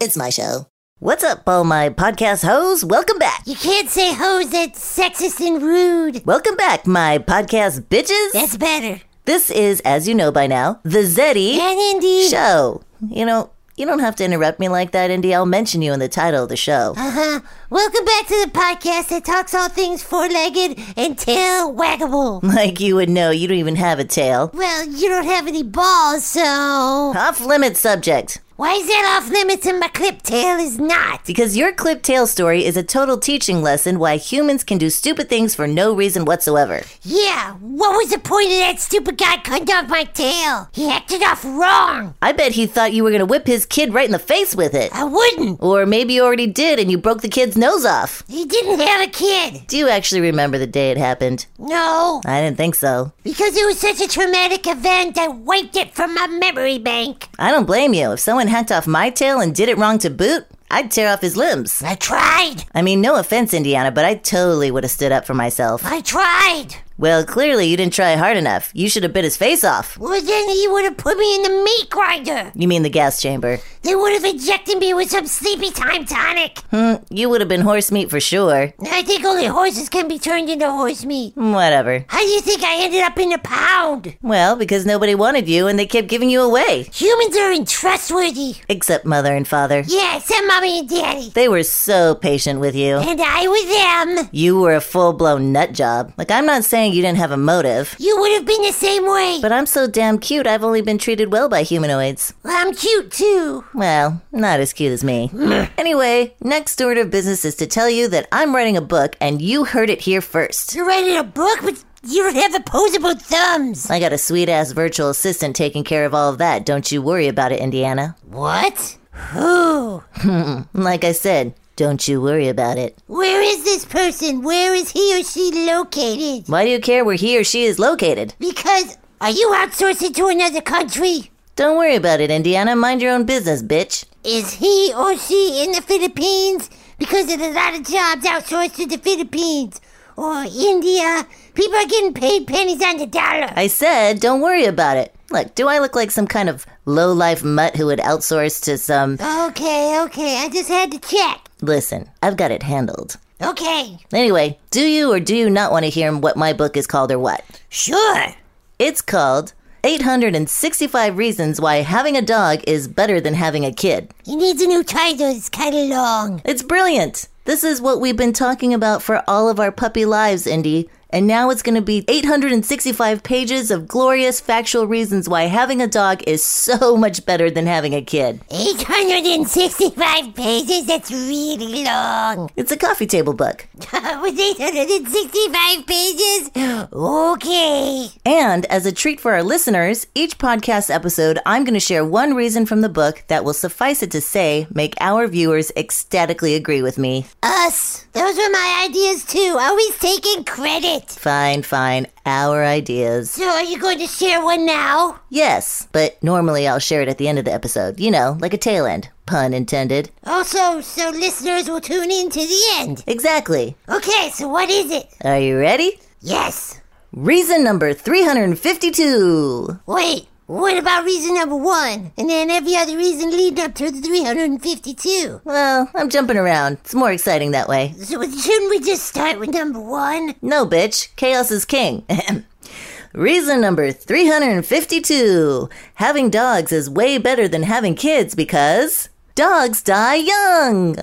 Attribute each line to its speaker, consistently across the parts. Speaker 1: It's my show. What's up, all my podcast hoes? Welcome back.
Speaker 2: You can't say hoes, that's sexist and rude.
Speaker 1: Welcome back, my podcast bitches.
Speaker 2: That's better.
Speaker 1: This is, as you know by now, the Zeddy
Speaker 2: And indeed.
Speaker 1: show. You know, you don't have to interrupt me like that, Indy. I'll mention you in the title of the show.
Speaker 2: Uh-huh. Welcome back to the podcast that talks all things four-legged and tail waggable.
Speaker 1: Like you would know, you don't even have a tail.
Speaker 2: Well, you don't have any balls, so
Speaker 1: Off limit subject.
Speaker 2: why is that off limits and my clip tail is not?
Speaker 1: Because your clip tail story is a total teaching lesson why humans can do stupid things for no reason whatsoever.
Speaker 2: Yeah, what was the point of that stupid guy cutting off my tail? He acted off wrong.
Speaker 1: I bet he thought you were gonna whip his kid right in the face with it.
Speaker 2: I wouldn't.
Speaker 1: Or maybe you already did and you broke the kid's nose off.
Speaker 2: He didn't have a kid.
Speaker 1: Do you actually remember the day it happened?
Speaker 2: No,
Speaker 1: I didn't think so.
Speaker 2: because it was such a traumatic event, I wiped it from my memory bank.
Speaker 1: I don't blame you. If someone hacked off my tail and did it wrong to boot, I'd tear off his limbs.
Speaker 2: I tried.
Speaker 1: I mean, no offense, Indiana, but I totally would have stood up for myself.
Speaker 2: I tried.
Speaker 1: Well, clearly you didn't try hard enough. You should have bit his face off.
Speaker 2: Well, then he would have put me in the meat grinder.
Speaker 1: You mean the gas chamber.
Speaker 2: They would have injected me with some sleepy time tonic.
Speaker 1: Hmm, you would have been horse meat for sure.
Speaker 2: I think only horses can be turned into horse meat.
Speaker 1: Whatever.
Speaker 2: How do you think I ended up in a pound?
Speaker 1: Well, because nobody wanted you and they kept giving you away.
Speaker 2: Humans are untrustworthy.
Speaker 1: Except mother and father.
Speaker 2: Yeah, except mommy and daddy.
Speaker 1: They were so patient with you.
Speaker 2: And I was them.
Speaker 1: You were a full blown nut job. Like, I'm not saying you didn't have a motive,
Speaker 2: You would have been the same way.
Speaker 1: but I'm so damn cute, I've only been treated well by humanoids.
Speaker 2: I'm cute too.
Speaker 1: Well, not as cute as me. anyway, next order of business is to tell you that I'm writing a book and you heard it here first.
Speaker 2: You're writing a book, but you don't have opposable thumbs.
Speaker 1: I got a sweet ass virtual assistant taking care of all of that. Don't you worry about it, Indiana.
Speaker 2: What? Who?
Speaker 1: Like I said, don't you worry about it.
Speaker 2: Where is this person? Where is he or she located?
Speaker 1: Why do you care where he or she is located?
Speaker 2: Because are you outsourcing to another country?
Speaker 1: Don't worry about it, Indiana. Mind your own business, bitch.
Speaker 2: Is he or she in the Philippines? Because there's a lot of jobs outsourced to the Philippines or India. People are getting paid pennies on the dollar.
Speaker 1: I said, don't worry about it. Look, do I look like some kind of low life mutt who would outsource to some.
Speaker 2: Okay, okay, I just had to check.
Speaker 1: Listen, I've got it handled.
Speaker 2: Okay,
Speaker 1: Anyway, do you or do you not want to hear what my book is called or what?
Speaker 2: sure.
Speaker 1: It's called 865 Reasons Why Having a Dog is Better Than Having a Kid.
Speaker 2: He needs a new title, it's kind of long.
Speaker 1: It's brilliant. This is what we've been talking about for all of our puppy lives, Indy. And now it's going to be 865 pages of glorious factual reasons why having a dog is so much better than having a kid.
Speaker 2: 865 pages, that's really long.
Speaker 1: It's a coffee table book.
Speaker 2: With 865 pages? Okay.
Speaker 1: And as a treat for our listeners, each podcast episode, I'm going to share one reason from the book that will suffice it to say make our viewers ecstatically agree with me.
Speaker 2: Us. Those were my ideas too. Always taking credit.
Speaker 1: Fine, fine, our ideas.
Speaker 2: So are you going to share one now?
Speaker 1: Yes, but normally I'll share it at the end of the episode, you know, like a tail end, pun intended.
Speaker 2: Also, so listeners will tune in to the end.
Speaker 1: Exactly.
Speaker 2: Okay, so what is it?
Speaker 1: Are you ready?
Speaker 2: Yes.
Speaker 1: Reason number 352.
Speaker 2: Wait. What about reason number one? And then every other reason leading up to the 352.
Speaker 1: Well, I'm jumping around. It's more exciting that way.
Speaker 2: So shouldn't we just start with number one?
Speaker 1: No, bitch. Chaos is king. Reason number 352. Having dogs is way better than having kids because dogs die young.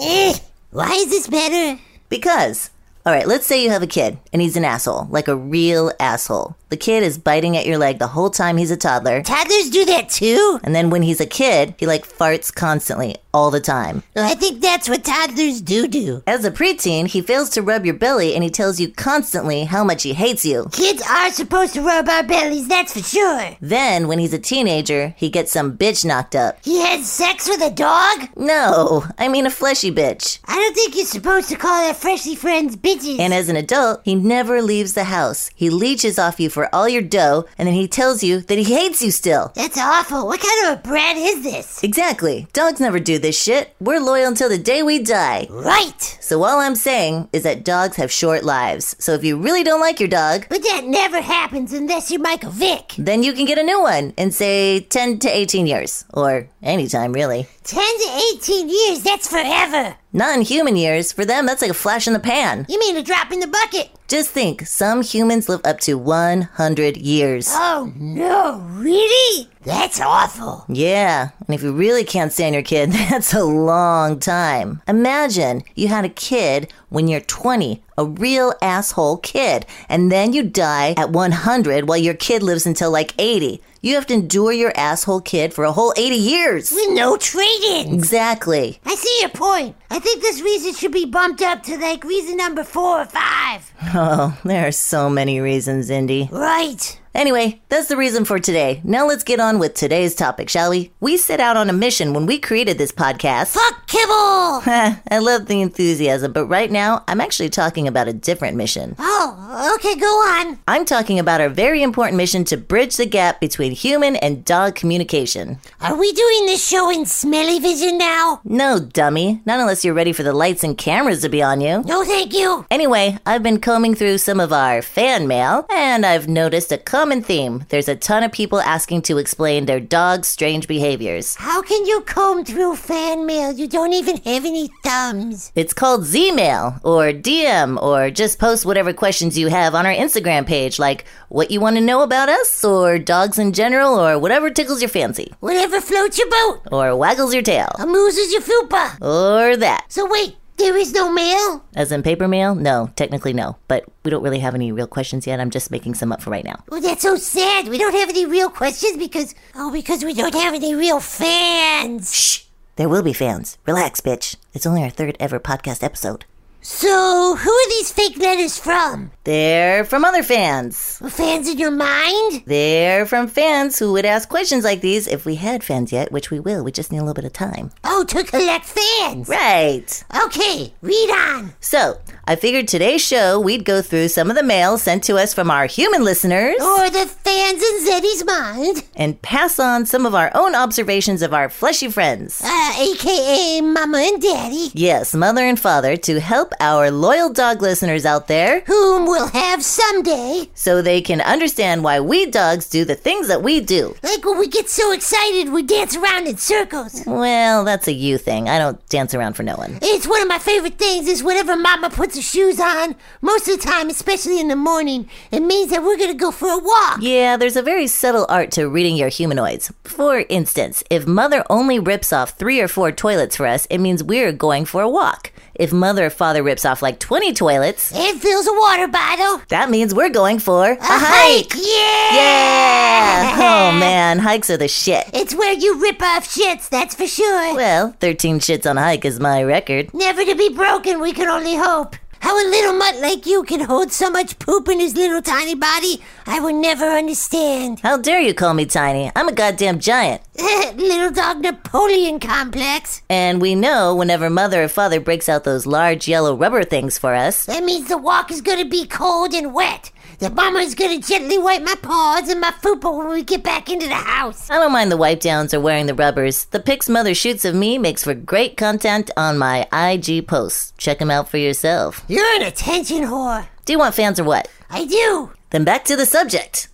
Speaker 2: Eh. Why is this better?
Speaker 1: Because, all right, let's say you have a kid and he's an asshole, like a real asshole. The kid is biting at your leg the whole time he's a toddler.
Speaker 2: Toddlers do that too?
Speaker 1: And then when he's a kid, he like farts constantly, all the time.
Speaker 2: I think that's what toddlers do do.
Speaker 1: As a preteen, he fails to rub your belly and he tells you constantly how much he hates you.
Speaker 2: Kids are supposed to rub our bellies, that's for sure.
Speaker 1: Then, when he's a teenager, he gets some bitch knocked up.
Speaker 2: He had sex with a dog?
Speaker 1: No, I mean a fleshy bitch.
Speaker 2: I don't think you're supposed to call their freshly friends bitches.
Speaker 1: And as an adult, he never leaves the house. He leeches off you for all your dough, and then he tells you that he hates you still.
Speaker 2: That's awful. What kind of a brat is this?
Speaker 1: Exactly. Dogs never do this shit. We're loyal until the day we die.
Speaker 2: Right.
Speaker 1: So all I'm saying is that dogs have short lives. So if you really don't like your dog,
Speaker 2: But that never happens unless you're Michael Vick.
Speaker 1: then you can get a new one in say 10 to 18 years or any time really.
Speaker 2: 10 to 18 years, that's forever.
Speaker 1: Not in human years. For them, that's like a flash in the pan.
Speaker 2: You mean a drop in the bucket?
Speaker 1: Just think, some humans live up to 100 years.
Speaker 2: Oh, no, really? That's awful.
Speaker 1: Yeah, and if you really can't stand your kid, that's a long time. Imagine you had a kid when you're 20, a real asshole kid, and then you die at 100 while your kid lives until like 80. You have to endure your asshole kid for a whole 80 years.
Speaker 2: With no trade ins.
Speaker 1: Exactly.
Speaker 2: I see your point. I think this reason should be bumped up to like reason number four or five.
Speaker 1: Oh, there are so many reasons, Indy.
Speaker 2: Right.
Speaker 1: Anyway, that's the reason for today. Now let's get on with today's topic, shall we? We set out on a mission when we created this podcast.
Speaker 2: Fuck kibble!
Speaker 1: I love the enthusiasm, but right now I'm actually talking about a different mission.
Speaker 2: Oh, okay, go on.
Speaker 1: I'm talking about our very important mission to bridge the gap between human and dog communication.
Speaker 2: Are we doing this show in smelly vision now?
Speaker 1: No, dummy, not unless you're ready for the lights and cameras to be on you.
Speaker 2: No, thank you.
Speaker 1: Anyway, I've been combing through some of our fan mail, and I've noticed a common theme. There's a ton of people asking to explain their dog's strange behaviors.
Speaker 2: How can you comb through fan mail? You don't even have any thumbs.
Speaker 1: It's called Zmail or DM or just post whatever questions you have on our Instagram page, like what you want to know about us or dogs in general or whatever tickles your fancy
Speaker 2: Whatever floats your boat,
Speaker 1: or waggles your tail
Speaker 2: amuses your fupa.
Speaker 1: or that.
Speaker 2: So wait, there is no mail?
Speaker 1: As in paper mail? No, technically no, but we don't really have any real questions yet. I'm just making some up for right now.
Speaker 2: Oh, that's so sad. We don't have any real questions because, oh, because we don't have any real fans.
Speaker 1: Shh, there will be fans. Relax, bitch. It's only our third ever podcast episode.
Speaker 2: So who are these fake letters from?
Speaker 1: They're from other fans.
Speaker 2: Fans in your mind?
Speaker 1: They're from fans who would ask questions like these if we had fans yet, which we will. We just need a little bit of time.
Speaker 2: Oh, to collect fans.
Speaker 1: Right.
Speaker 2: Okay, read on.
Speaker 1: So, I figured today's show we'd go through some of the mail sent to us from our human listeners
Speaker 2: Or the fans in Zeddy's mind,
Speaker 1: and pass on some of our own observations of our fleshy friends.
Speaker 2: uh, aka Mama and Daddy,
Speaker 1: Yes, mother and father, to help our loyal dog listeners out there
Speaker 2: whom we'll have someday.
Speaker 1: so they can understand why we dogs do the things that we do.
Speaker 2: Like when we get so excited, we dance around in circles.
Speaker 1: Well, that's a you thing. I don't dance around for no one.
Speaker 2: It's one of my favorite things is whenever Mama puts her shoes on, most of the time, especially in the morning, it means that we're gonna go for a walk.
Speaker 1: Yeah, there's a very subtle art to reading your humanoids. For instance, if mother only rips off three or four toilets for us, it means we're going for a walk. If mother or father rips off like 20 toilets,
Speaker 2: And fills a water bottle.
Speaker 1: that means we're going for a
Speaker 2: A
Speaker 1: hike.
Speaker 2: Yeah!
Speaker 1: Yeah! Oh man, hikes are the shit.
Speaker 2: It's where you rip off shits, that's for sure.
Speaker 1: Well, 13 shits on a hike is my record.
Speaker 2: Never to be broken, we can only hope. How a little mutt like you can hold so much poop in his little tiny body, I will never understand.
Speaker 1: How dare you call me tiny? I'm a goddamn giant.
Speaker 2: little dog Napoleon complex.
Speaker 1: And we know whenever mother or father breaks out those large yellow rubber things for us,
Speaker 2: That means the walk is gonna be cold and wet. The mama is gonna gently wipe my paws and my fupa when we get back into the house.
Speaker 1: I don't mind the wipe downs or wearing the rubbers. The pics mother shoots of me makes for great content on my IG posts. Check them out for yourself.
Speaker 2: You're an attention whore.
Speaker 1: Do you want fans or what?
Speaker 2: I do.
Speaker 1: Then back to the subject.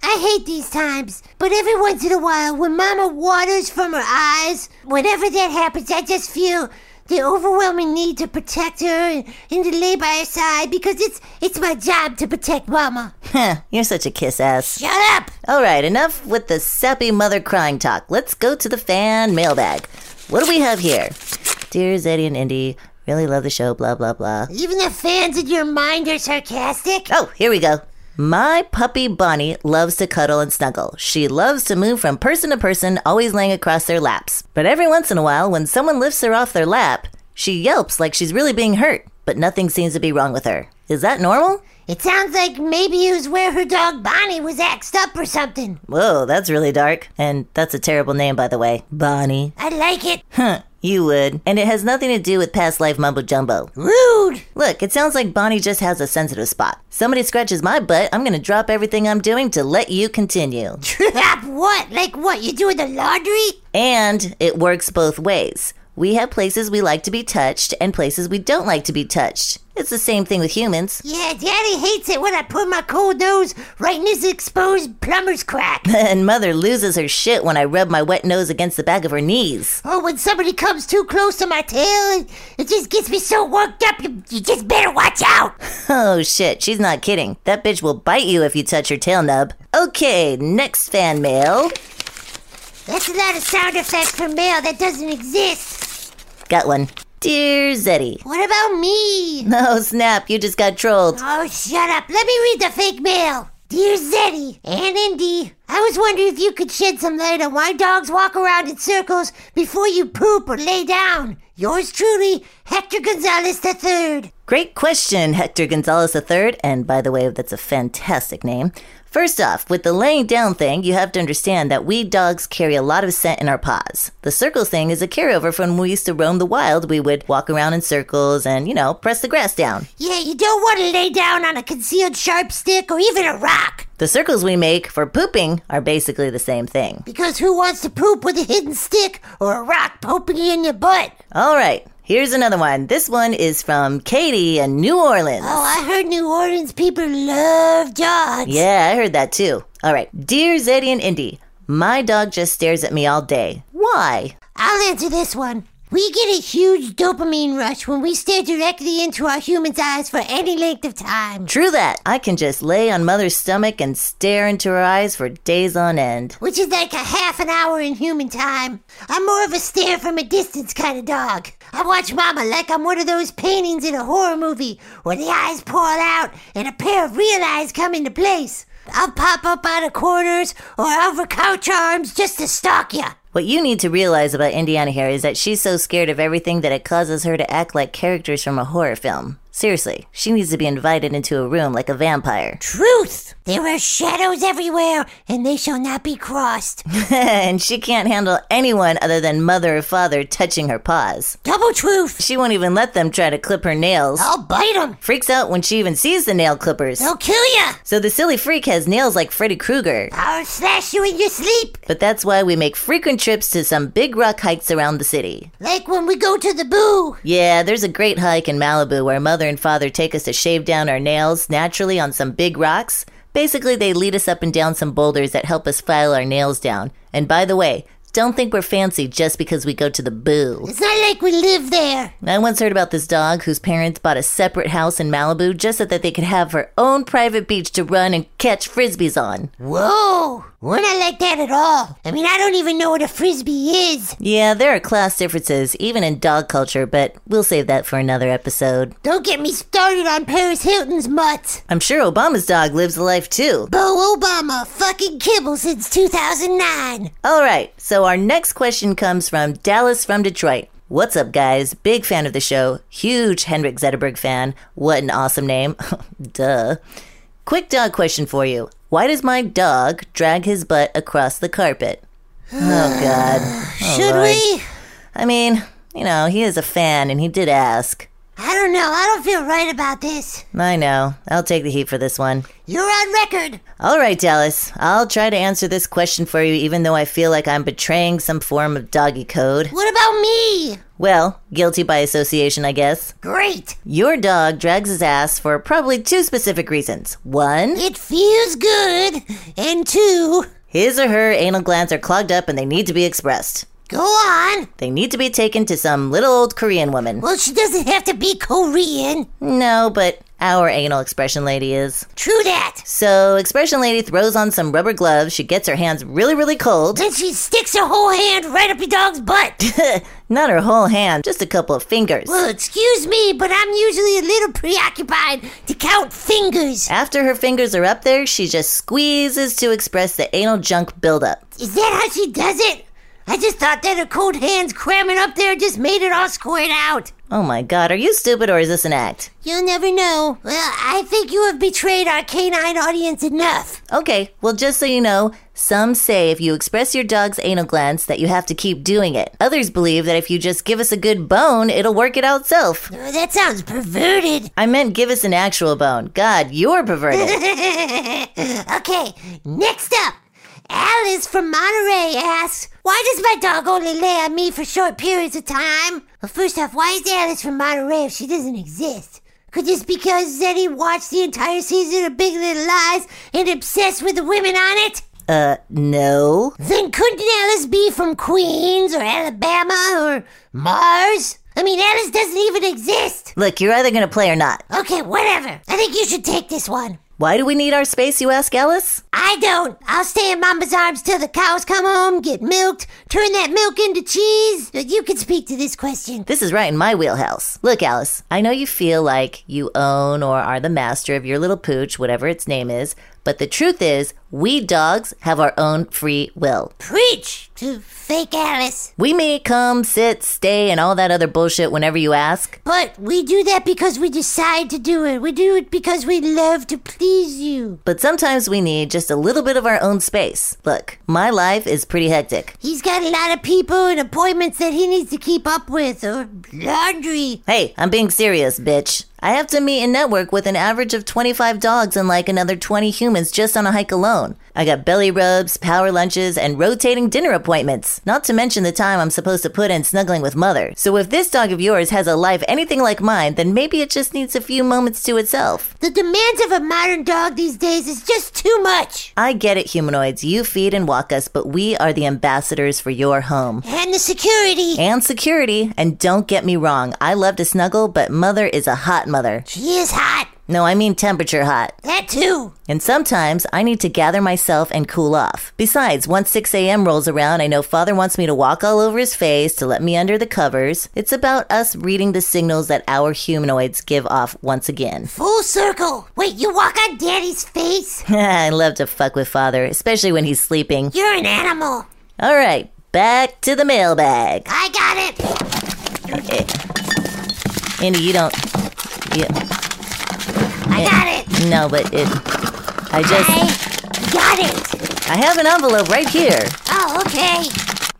Speaker 2: I hate these times, but every once in a while, when Mama waters from her eyes, whenever that happens, I just feel the overwhelming need to protect her and, and to lay by her side because it's it's my job to protect Mama.
Speaker 1: Huh, you're such a kiss ass.
Speaker 2: Shut up!
Speaker 1: All right, enough with the sappy mother crying talk. Let's go to the fan mailbag. What do we have here? Dear Zeddy and Indy, really love the show, blah, blah, blah.
Speaker 2: Even the fans in your mind are sarcastic.
Speaker 1: Oh, here we go. My puppy Bonnie loves to cuddle and snuggle. She loves to move from person to person, always laying across their laps. But every once in a while, when someone lifts her off their lap, she yelps like she's really being hurt, but nothing seems to be wrong with her. Is that normal?
Speaker 2: It sounds like maybe it was where her dog Bonnie was axed up or something.
Speaker 1: Whoa, that's really dark. And that's a terrible name, by the way. Bonnie.
Speaker 2: I like it.
Speaker 1: Huh, you would. And it has nothing to do with past life mumbo jumbo.
Speaker 2: Rude!
Speaker 1: Look, it sounds like Bonnie just has a sensitive spot. Somebody scratches my butt, I'm gonna drop everything I'm doing to let you continue.
Speaker 2: Trap what? Like what? You doing the laundry?
Speaker 1: And it works both ways. We have places we like to be touched and places we don't like to be touched. It's the same thing with humans.
Speaker 2: Yeah, Daddy hates it when I put my cold nose right in his exposed plumber's crack.
Speaker 1: And mother loses her shit when I rub my wet nose against the back of her knees.
Speaker 2: Oh, when somebody comes too close to my tail, it, it just gets me so worked up. You, you just better watch out.
Speaker 1: Oh shit, she's not kidding. That bitch will bite you if you touch her tail nub. Okay, next fan mail.
Speaker 2: That's a lot of sound effects for mail that doesn't exist.
Speaker 1: Got one. Dear Zeddy.
Speaker 2: What about me?
Speaker 1: No, snap, you just got trolled.
Speaker 2: Oh, shut up. Let me read the fake mail. Dear Zeddy and Indy, I was wondering if you could shed some light on why dogs walk around in circles before you poop or lay down. Yours truly, Hector Gonzalez III.
Speaker 1: Great question, Hector Gonzalez III. And by the way, that's a fantastic name. First off, with the laying down thing, you have to understand that we dogs carry a lot of scent in our paws. The circles thing is a carryover from when we used to roam the wild. We would walk around in circles and, you know, press the grass down.
Speaker 2: Yeah, you don't want to lay down on a concealed sharp stick or even a rock.
Speaker 1: The circles we make for pooping are basically the same thing.
Speaker 2: Because who wants to poop with a hidden stick or a rock poking you in your butt?
Speaker 1: All right, here's another one. This one is from Katie in New Orleans.
Speaker 2: Oh, I heard New Orleans people love dogs.
Speaker 1: Yeah, I heard that too. All right. Dear Zeddy and Indy, my dog just stares at me all day. Why?
Speaker 2: I'll answer this one. We get a huge dopamine rush when we stare directly into our human's eyes for any length of time.
Speaker 1: True that. I can just lay on mother's stomach and stare into her eyes for days on end.
Speaker 2: Which is like a half an hour in human time. I'm more of a stare from a distance kind of dog. I watch Mama like I'm one of those paintings in a horror movie where the eyes pour out and a pair of real eyes come into place. I'll pop up out of corners or over couch arms just to stalk ya.
Speaker 1: What you need to realize about Indiana here is that she's so scared of everything that it causes her to act like characters from a horror film. Seriously, she needs to be invited into a room like a vampire.
Speaker 2: Truth! There are shadows everywhere, and they shall not be crossed.
Speaker 1: and she can't handle anyone other than mother or father touching her paws.
Speaker 2: Double truth!
Speaker 1: She won't even let them try to clip her nails.
Speaker 2: I'll bite them!
Speaker 1: Freaks out when she even sees the nail clippers.
Speaker 2: They'll kill ya!
Speaker 1: So the silly freak has nails like Freddy Krueger.
Speaker 2: I'll slash you in your sleep!
Speaker 1: But that's why we make frequent trips to some big rock hikes around the city.
Speaker 2: Like when we go to the boo!
Speaker 1: Yeah, there's a great hike in Malibu where mother and father take us to shave down our nails naturally on some big rocks. Basically, they lead us up and down some boulders that help us file our nails down. And by the way, don't think we're fancy just because we go to the boo.
Speaker 2: It's not like we live there!
Speaker 1: I once heard about this dog whose parents bought a separate house in Malibu just so that they could have her own private beach to run and catch frisbees on.
Speaker 2: Whoa! We're not like that at all. I mean, I don't even know what a frisbee is.
Speaker 1: Yeah, there are class differences, even in dog culture, but we'll save that for another episode.
Speaker 2: Don't get me started on Paris Hilton's mutts.
Speaker 1: I'm sure Obama's dog lives a life too.
Speaker 2: Bo Obama fucking kibble since 2009.
Speaker 1: All right, so our next question comes from Dallas from Detroit. What's up, guys? Big fan of the show, huge Henrik Zetterberg fan. What an awesome name. Duh. Quick dog question for you Why does my dog drag his butt across the carpet? Oh, God. Oh,
Speaker 2: Should
Speaker 1: Lord.
Speaker 2: we?
Speaker 1: I mean, you know, he is a fan and he did ask.
Speaker 2: I don't know. I don't feel right about this.
Speaker 1: I know. I'll take the heat for this one.
Speaker 2: You're on record.
Speaker 1: All right, Dallas. I'll try to answer this question for you, even though I feel like I'm betraying some form of doggy code.
Speaker 2: What about me?
Speaker 1: Well, guilty by association, I guess.
Speaker 2: Great.
Speaker 1: Your dog drags his ass for probably two specific reasons. One,
Speaker 2: It feels good. And two,
Speaker 1: his or her anal glands are clogged up and they need to be expressed.
Speaker 2: go on.
Speaker 1: They need to be taken to some little old Korean woman.
Speaker 2: Well, she doesn't have to be Korean.
Speaker 1: No, but our anal expression lady is.
Speaker 2: True that.
Speaker 1: So, expression lady throws on some rubber gloves. She gets her hands really, really cold.
Speaker 2: Then she sticks her whole hand right up your dog's butt.
Speaker 1: Not her whole hand, just a couple of fingers.
Speaker 2: Well, excuse me, but I'm usually a little preoccupied to count fingers.
Speaker 1: After her fingers are up there, she just squeezes to express the anal junk buildup.
Speaker 2: Is that how she does it? I just thought that her cold hands cramming up there just made it all squared out.
Speaker 1: Oh my god, are you stupid or is this an act?
Speaker 2: You'll never know. Well, I think you have betrayed our canine audience enough.
Speaker 1: Okay, well, just so you know, some say if you express your dog's anal glands that you have to keep doing it. Others believe that if you just give us a good bone, it'll work it out self.
Speaker 2: Oh, that sounds perverted.
Speaker 1: I meant give us an actual bone. God, you're perverted.
Speaker 2: okay, next up. Alice from Monterey asks, Why does my dog only lay on me for short periods of time? Well, first off, why is Alice from Monterey if she doesn't exist? Could this be because Zeddy watched the entire season of Big Little Lies and obsessed with the women on it?
Speaker 1: Uh, no.
Speaker 2: Then couldn't Alice be from Queens or Alabama or Mars? I mean, Alice doesn't even exist.
Speaker 1: Look, you're either going to play or not.
Speaker 2: Okay, whatever. I think you should take this one.
Speaker 1: Why do we need our space, you ask, Alice?
Speaker 2: I don't. I'll stay in Mama's arms till the cows come home, get milked, turn that milk into cheese. But You can speak to this question.
Speaker 1: This is right in my wheelhouse. Look, Alice, I know you feel like you own or are the master of your little pooch, whatever its name is, but the truth is, we dogs have our own free will.
Speaker 2: Preach to fake Alice.
Speaker 1: We may come, sit, stay, and all that other bullshit whenever you ask.
Speaker 2: But we do that because we decide to do it. We do it because we love to please you.
Speaker 1: But sometimes we need just a little bit of our own space. Look, my life is pretty hectic.
Speaker 2: He's got a lot of people and appointments that he needs to keep up with, or laundry.
Speaker 1: Hey, I'm being serious, bitch. I have to meet and network with an average of 25 dogs and like another 20 humans just on a hike alone. I got belly rubs, power lunches, and rotating dinner appointments, not to mention the time I'm supposed to put in snuggling with mother. So if this dog of yours has a life anything like mine, then maybe it just needs a few moments to itself.
Speaker 2: The demands of a modern dog these days is just too much.
Speaker 1: I get it, humanoids. You feed and walk us, but we are the ambassadors for your home.
Speaker 2: And the security.
Speaker 1: And security. And don't get me wrong, I love to snuggle, but mother is a hot mother.
Speaker 2: She is hot.
Speaker 1: No, I mean temperature hot.
Speaker 2: That too.
Speaker 1: And sometimes I need to gather myself and cool off. Besides, once 6 a.m. rolls around, I know father wants me to walk all over his face to let me under the covers. It's about us reading the signals that our humanoids give off once again.
Speaker 2: Full circle. Wait, you walk on daddy's face?
Speaker 1: I love to fuck with father, especially when he's sleeping.
Speaker 2: You're an animal.
Speaker 1: All right, back to the mailbag.
Speaker 2: I got it.
Speaker 1: Andy, you don't. Yeah,
Speaker 2: I got it.
Speaker 1: no, but it. I just.
Speaker 2: I got it.
Speaker 1: I have an envelope right here.
Speaker 2: Oh, okay.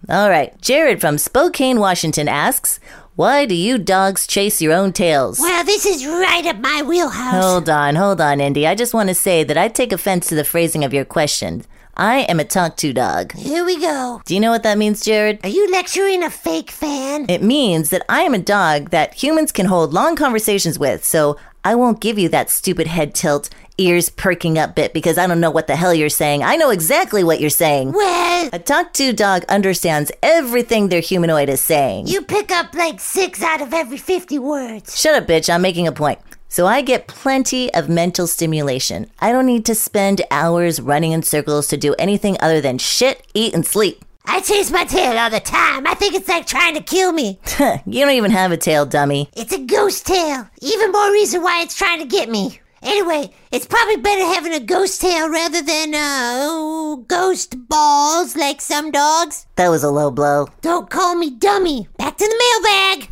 Speaker 1: All right. Jared from Spokane, Washington asks, Why do you dogs chase your own tails?
Speaker 2: Well, this is right up my wheelhouse.
Speaker 1: Hold on, hold on, Indy. I just want to say that I take offense to the phrasing of your question. I am a talk to dog.
Speaker 2: Here we go.
Speaker 1: Do you know what that means, Jared?
Speaker 2: Are you lecturing a fake fan?
Speaker 1: It means that I am a dog that humans can hold long conversations with, so I won't give you that stupid head tilt, ears perking up bit because I don't know what the hell you're saying. I know exactly what you're saying.
Speaker 2: Well,
Speaker 1: A talk to dog understands everything their humanoid is saying.
Speaker 2: you pick up like six out of every 50 words.
Speaker 1: Shut up, bitch. I'm making a point. So I get plenty of mental stimulation. I don't need to spend hours running in circles to do anything other than shit, eat, and sleep.
Speaker 2: I chase my tail all the time. I think it's like trying to kill me.
Speaker 1: you don't even have a tail, dummy.
Speaker 2: It's a ghost tail. Even more reason why it's trying to get me. Anyway, it's probably better having a ghost tail rather than, uh, oh, ghost balls like some dogs.
Speaker 1: That was a low blow.
Speaker 2: Don't call me dummy. Back to the mailbag.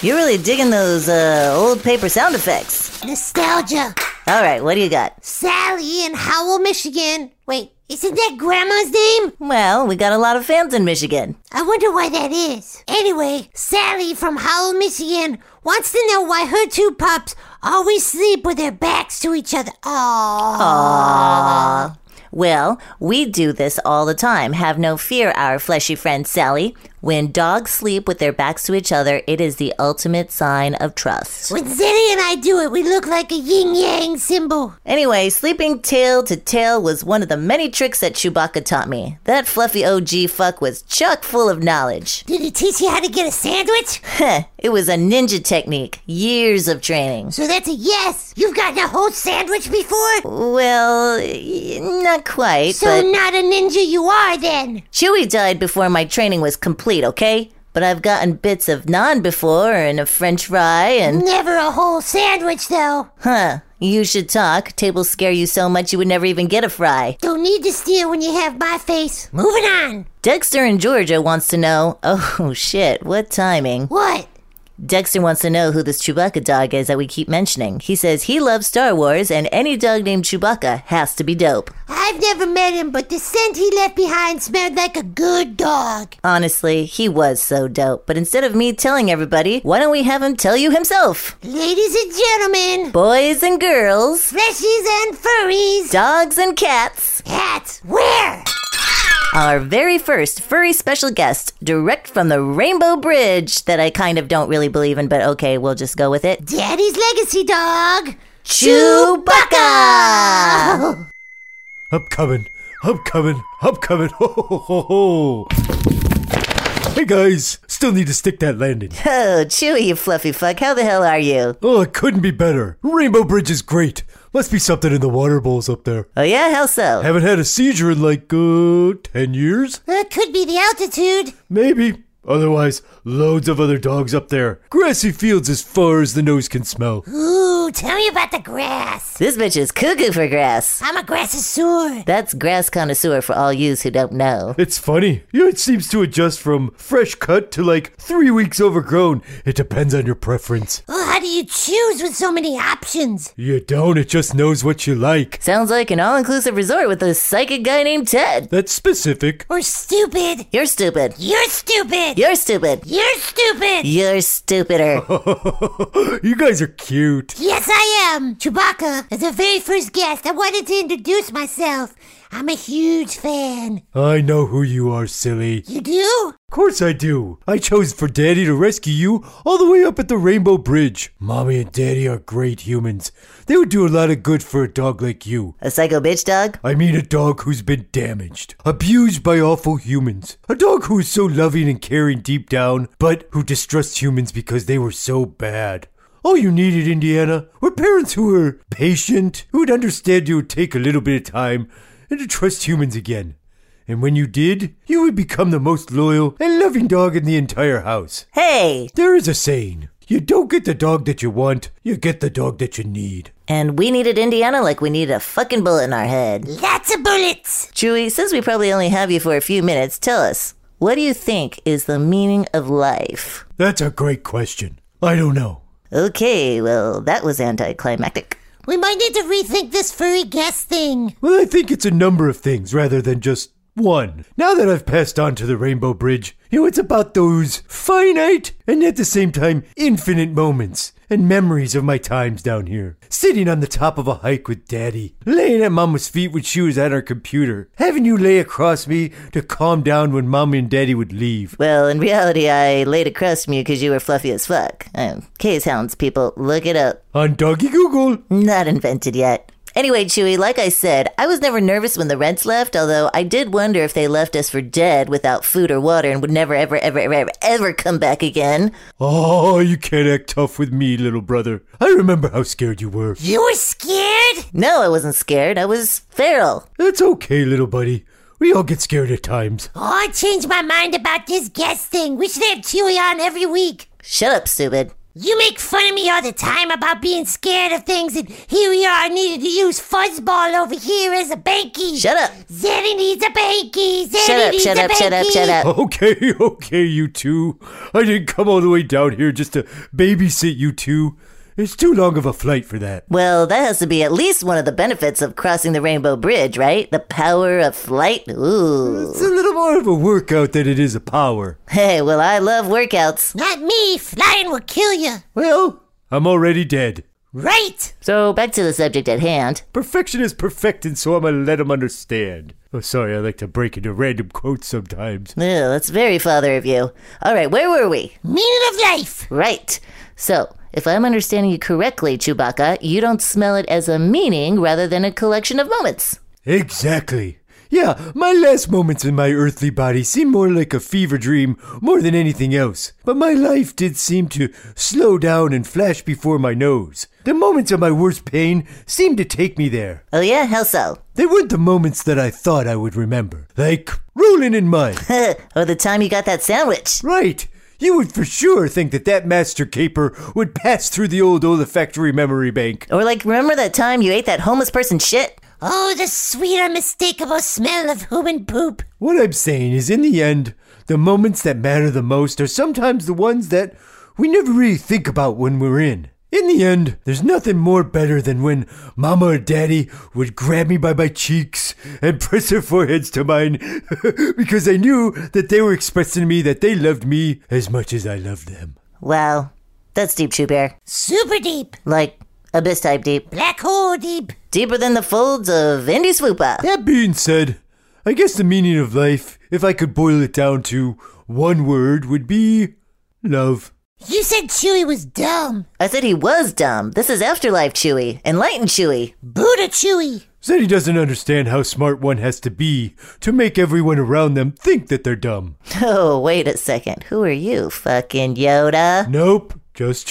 Speaker 1: You're really digging those uh, old paper sound effects.
Speaker 2: Nostalgia.
Speaker 1: All right, what do you got?
Speaker 2: Sally in Howell, Michigan. Wait, isn't that grandma's name?
Speaker 1: Well, we got a lot of fans in Michigan.
Speaker 2: I wonder why that is. Anyway, Sally from Howell, Michigan wants to know why her two pups always sleep with their backs to each other. Aww.
Speaker 1: Well, we do this all the time. Have no fear, our fleshy friend Sally. When dogs sleep with their backs to each other, it is the ultimate sign of trust.
Speaker 2: When Zeddy and I do it, we look like a yin yang symbol.
Speaker 1: Anyway, sleeping tail to tail was one of the many tricks that Chewbacca taught me. That fluffy OG fuck was chock full of knowledge.
Speaker 2: Did he teach you how to get a sandwich?
Speaker 1: Heh, it was a ninja technique, years of training.
Speaker 2: So that's a yes. You've gotten a whole sandwich before?
Speaker 1: Well, y- not quite,
Speaker 2: So
Speaker 1: but
Speaker 2: not a ninja you are then.
Speaker 1: Chewie died before my training was complete, okay? But I've gotten bits of naan before and a french fry and.
Speaker 2: Never a whole sandwich though.
Speaker 1: Huh, you should talk. Tables scare you so much you would never even get a fry.
Speaker 2: Don't need to steal when you have my face. Moving on.
Speaker 1: Dexter in Georgia wants to know oh shit, what timing?
Speaker 2: What?
Speaker 1: Dexter wants to know who this Chewbacca dog is that we keep mentioning. He says he loves Star Wars and any dog named Chewbacca has to be dope.
Speaker 2: I've never met him, but the scent he left behind smelled like a good dog.
Speaker 1: Honestly, he was so dope. But instead of me telling everybody, why don't we have him tell you himself?
Speaker 2: Ladies and gentlemen,
Speaker 1: Boys and girls,
Speaker 2: freshies and furries,
Speaker 1: dogs and cats,
Speaker 2: hats, where?
Speaker 1: our very first furry special guest, direct from the Rainbow Bridge, that I kind of don't really believe in, but okay, we'll just go with it.
Speaker 2: Daddy's legacy dog.
Speaker 1: Chewbacca!
Speaker 3: I'm coming. I'm coming. I'm coming. Ho, ho, ho, ho. Hey guys, still need to stick that landing.
Speaker 1: Oh, Chewy, you fluffy fuck, how the hell are you?
Speaker 3: Oh, it couldn't be better. Rainbow Bridge is great. Must be something in the water bowls up there.
Speaker 1: Oh, yeah, how so?
Speaker 3: Haven't had a seizure in like, uh, 10 years?
Speaker 2: That could be the altitude.
Speaker 3: Maybe. Otherwise, loads of other dogs up there. Grassy fields as far as the nose can smell.
Speaker 2: Ooh, tell me about the grass.
Speaker 1: This bitch is cuckoo for grass.
Speaker 2: I'm a grassosaur.
Speaker 1: That's grass connoisseur for all yous who don't know.
Speaker 3: It's funny. You know, it seems to adjust from fresh cut to like three weeks overgrown. It depends on your preference.
Speaker 2: Oh, how do you choose with so many options?
Speaker 3: You don't, it just knows what you like.
Speaker 1: Sounds like an all inclusive resort with a psychic guy named Ted.
Speaker 3: That's specific.
Speaker 2: Or stupid.
Speaker 1: You're stupid.
Speaker 2: You're stupid.
Speaker 1: You're stupid.
Speaker 2: You're stupid.
Speaker 1: You're stupider.
Speaker 3: you guys are cute.
Speaker 2: Yes, I am. Chewbacca, as the very first guest, I wanted to introduce myself. I'm a huge fan.
Speaker 3: I know who you are, silly.
Speaker 2: You do?
Speaker 3: Of course I do. I chose for Daddy to rescue you all the way up at the Rainbow Bridge. Mommy and Daddy are great humans. They would do a lot of good for a dog like you.
Speaker 1: A psycho bitch dog?
Speaker 3: I mean, a dog who's been damaged, abused by awful humans. A dog who is so loving and caring deep down, but who distrusts humans because they were so bad. All you needed, Indiana, were parents who were patient, who would understand you would take a little bit of time, and to trust humans again. And when you did, you would become the most loyal and loving dog in the entire house.
Speaker 1: Hey!
Speaker 3: There is a saying you don't get the dog that you want, you get the dog that you need.
Speaker 1: And we needed Indiana like we needed a fucking bullet in our head.
Speaker 2: Lots of bullets.
Speaker 1: Chewy, since we probably only have you for a few minutes, tell us, what do you think is the meaning of life?
Speaker 3: That's a great question. I don't know.
Speaker 1: Okay, well, that was anticlimactic.
Speaker 2: We might need to rethink this furry guest thing.
Speaker 3: Well, I think it's a number of things rather than just one. Now that I've passed on to the Rainbow Bridge, you know, it's about those finite and at the same time infinite moments and memories of my times down here. Sitting on the top of a hike with Daddy, laying at Mama's feet when she was at her computer, having you lay across me to calm down when Mama and Daddy would leave.
Speaker 1: Well, in reality, I laid across from you because you were fluffy as fuck. Um, case hounds, people, look it up.
Speaker 3: On Doggy Google,
Speaker 1: Not invented yet. Anyway, Chewy, like I said, I was never nervous when the Rents left, although I did wonder if they left us for dead without food or water and would never, ever, ever, ever, ever, ever come back again.
Speaker 3: oh, you can't act tough with me, little brother. I remember how scared you were.
Speaker 2: You were scared?
Speaker 1: No, I wasn't scared. I was feral.
Speaker 3: That's okay, little buddy. We all get scared at times.
Speaker 2: Oh, I changed my mind about this guest thing. We should have Chewie on every week.
Speaker 1: Shut up, stupid.
Speaker 2: You make fun of me all the time about being scared of things, and here we are needing to use fuzzball over here as a banky.
Speaker 1: Shut up.
Speaker 2: Zeddy needs a banky. Zeddy
Speaker 1: Shut up,
Speaker 2: needs
Speaker 1: shut
Speaker 2: a
Speaker 1: up, shut up,
Speaker 2: banky.
Speaker 1: shut up.
Speaker 3: Okay, okay, you two. I didn't come all the way down here just to babysit you two. It's too long of a flight for that.
Speaker 1: Well, that has to be at least one of the benefits of crossing the Rainbow Bridge, right? The power of flight. Ooh.
Speaker 3: It's a little more of a workout than it is a power.
Speaker 1: Hey, well, I love workouts.
Speaker 2: Not me. Flying will kill you.
Speaker 3: Well, I'm already dead.
Speaker 2: Right.
Speaker 1: So, back to the subject at hand.
Speaker 3: Perfection is perfected, so I'm gonna let him understand. Oh, sorry, I like to break into random quotes sometimes.
Speaker 1: Ew, that's very father of you. All right, where were we?
Speaker 2: Meaning of life.
Speaker 1: Right. So, if I'm understanding you correctly, Chewbacca, you don't smell it as a meaning rather than a collection of moments.
Speaker 3: Exactly. Yeah, my last moments in my earthly body seemed more like a fever dream more than anything else. But my life did seem to slow down and flash before my nose. The moments of my worst pain seemed to take me there.
Speaker 1: Oh, yeah? How so?
Speaker 3: They weren't the moments that I thought I would remember, like rolling in mud.
Speaker 1: or the time you got that sandwich.
Speaker 3: right. You would for sure think that that master caper would pass through the old olfactory memory bank.
Speaker 1: Or, like, remember that time you ate that homeless person shit?
Speaker 2: Oh, the sweet, unmistakable smell of human poop.
Speaker 3: What I'm saying is, in the end, the moments that matter the most are sometimes the ones that we never really think about when we're in. In the end, there's nothing more better than when Mama or Daddy would grab me by my cheeks and press their foreheads to mine because I knew that they were expressing to me that they loved me as much as I loved them.
Speaker 1: Wow. That's deep, Shoe Bear.
Speaker 2: Super deep.
Speaker 1: Like, abyss type deep.
Speaker 2: Black hole deep.
Speaker 1: Deeper than the folds of Indy Swoopa.
Speaker 3: That being said, I guess the meaning of life, if I could boil it down to one word, would be love.
Speaker 2: You said Chewy was dumb.
Speaker 1: I said he was dumb. This is Afterlife Chewy. Enlightened Chewy.
Speaker 2: Buddha Chewy.
Speaker 3: Said he doesn't understand how smart one has to be to make everyone around them think that they're dumb.
Speaker 1: Oh, wait a second. Who are you, fucking Yoda?
Speaker 3: Nope, just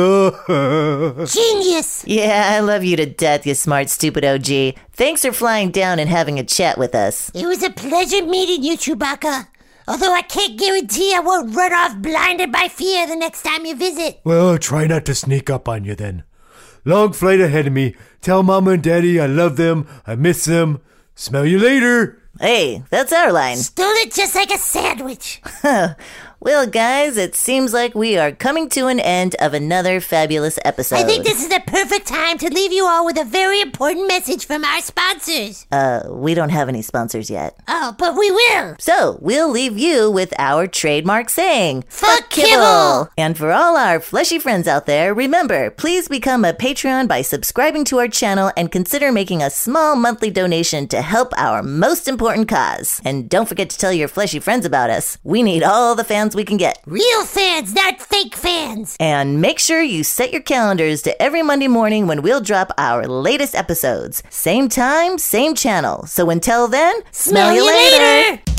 Speaker 3: Chewbacca.
Speaker 2: Genius.
Speaker 1: Yeah, I love you to death, you smart, stupid OG. Thanks for flying down and having a chat with us.
Speaker 2: It was a pleasure meeting you, Chewbacca. Although I can't guarantee I won't run off blinded by fear the next time you visit.
Speaker 3: Well, try not to sneak up on you then. Long flight ahead of me. Tell Mama and Daddy I love them, I miss them. Smell you later.
Speaker 1: Hey, that's our line.
Speaker 2: Stole it just like a sandwich.
Speaker 1: Well, guys, it seems like we are coming to an end of another fabulous episode.
Speaker 2: I think this is the perfect time to leave you all with a very important message from our sponsors.
Speaker 1: uh, we don't have any sponsors yet.
Speaker 2: Oh, but we will.
Speaker 1: So, we'll leave you with our trademark saying,
Speaker 2: Fuck kibble!
Speaker 1: And for all our fleshy friends out there, remember, please become a Patreon by subscribing to our channel and consider making a small monthly donation to help our most important cause. And don't forget to tell your fleshy friends about us. We need all the fans we can get.
Speaker 2: Real fans, not fake fans.
Speaker 1: And make sure you set your calendars to every Monday morning when we'll drop our latest episodes. Same time, same channel. So until then, smell,
Speaker 2: Smell you later.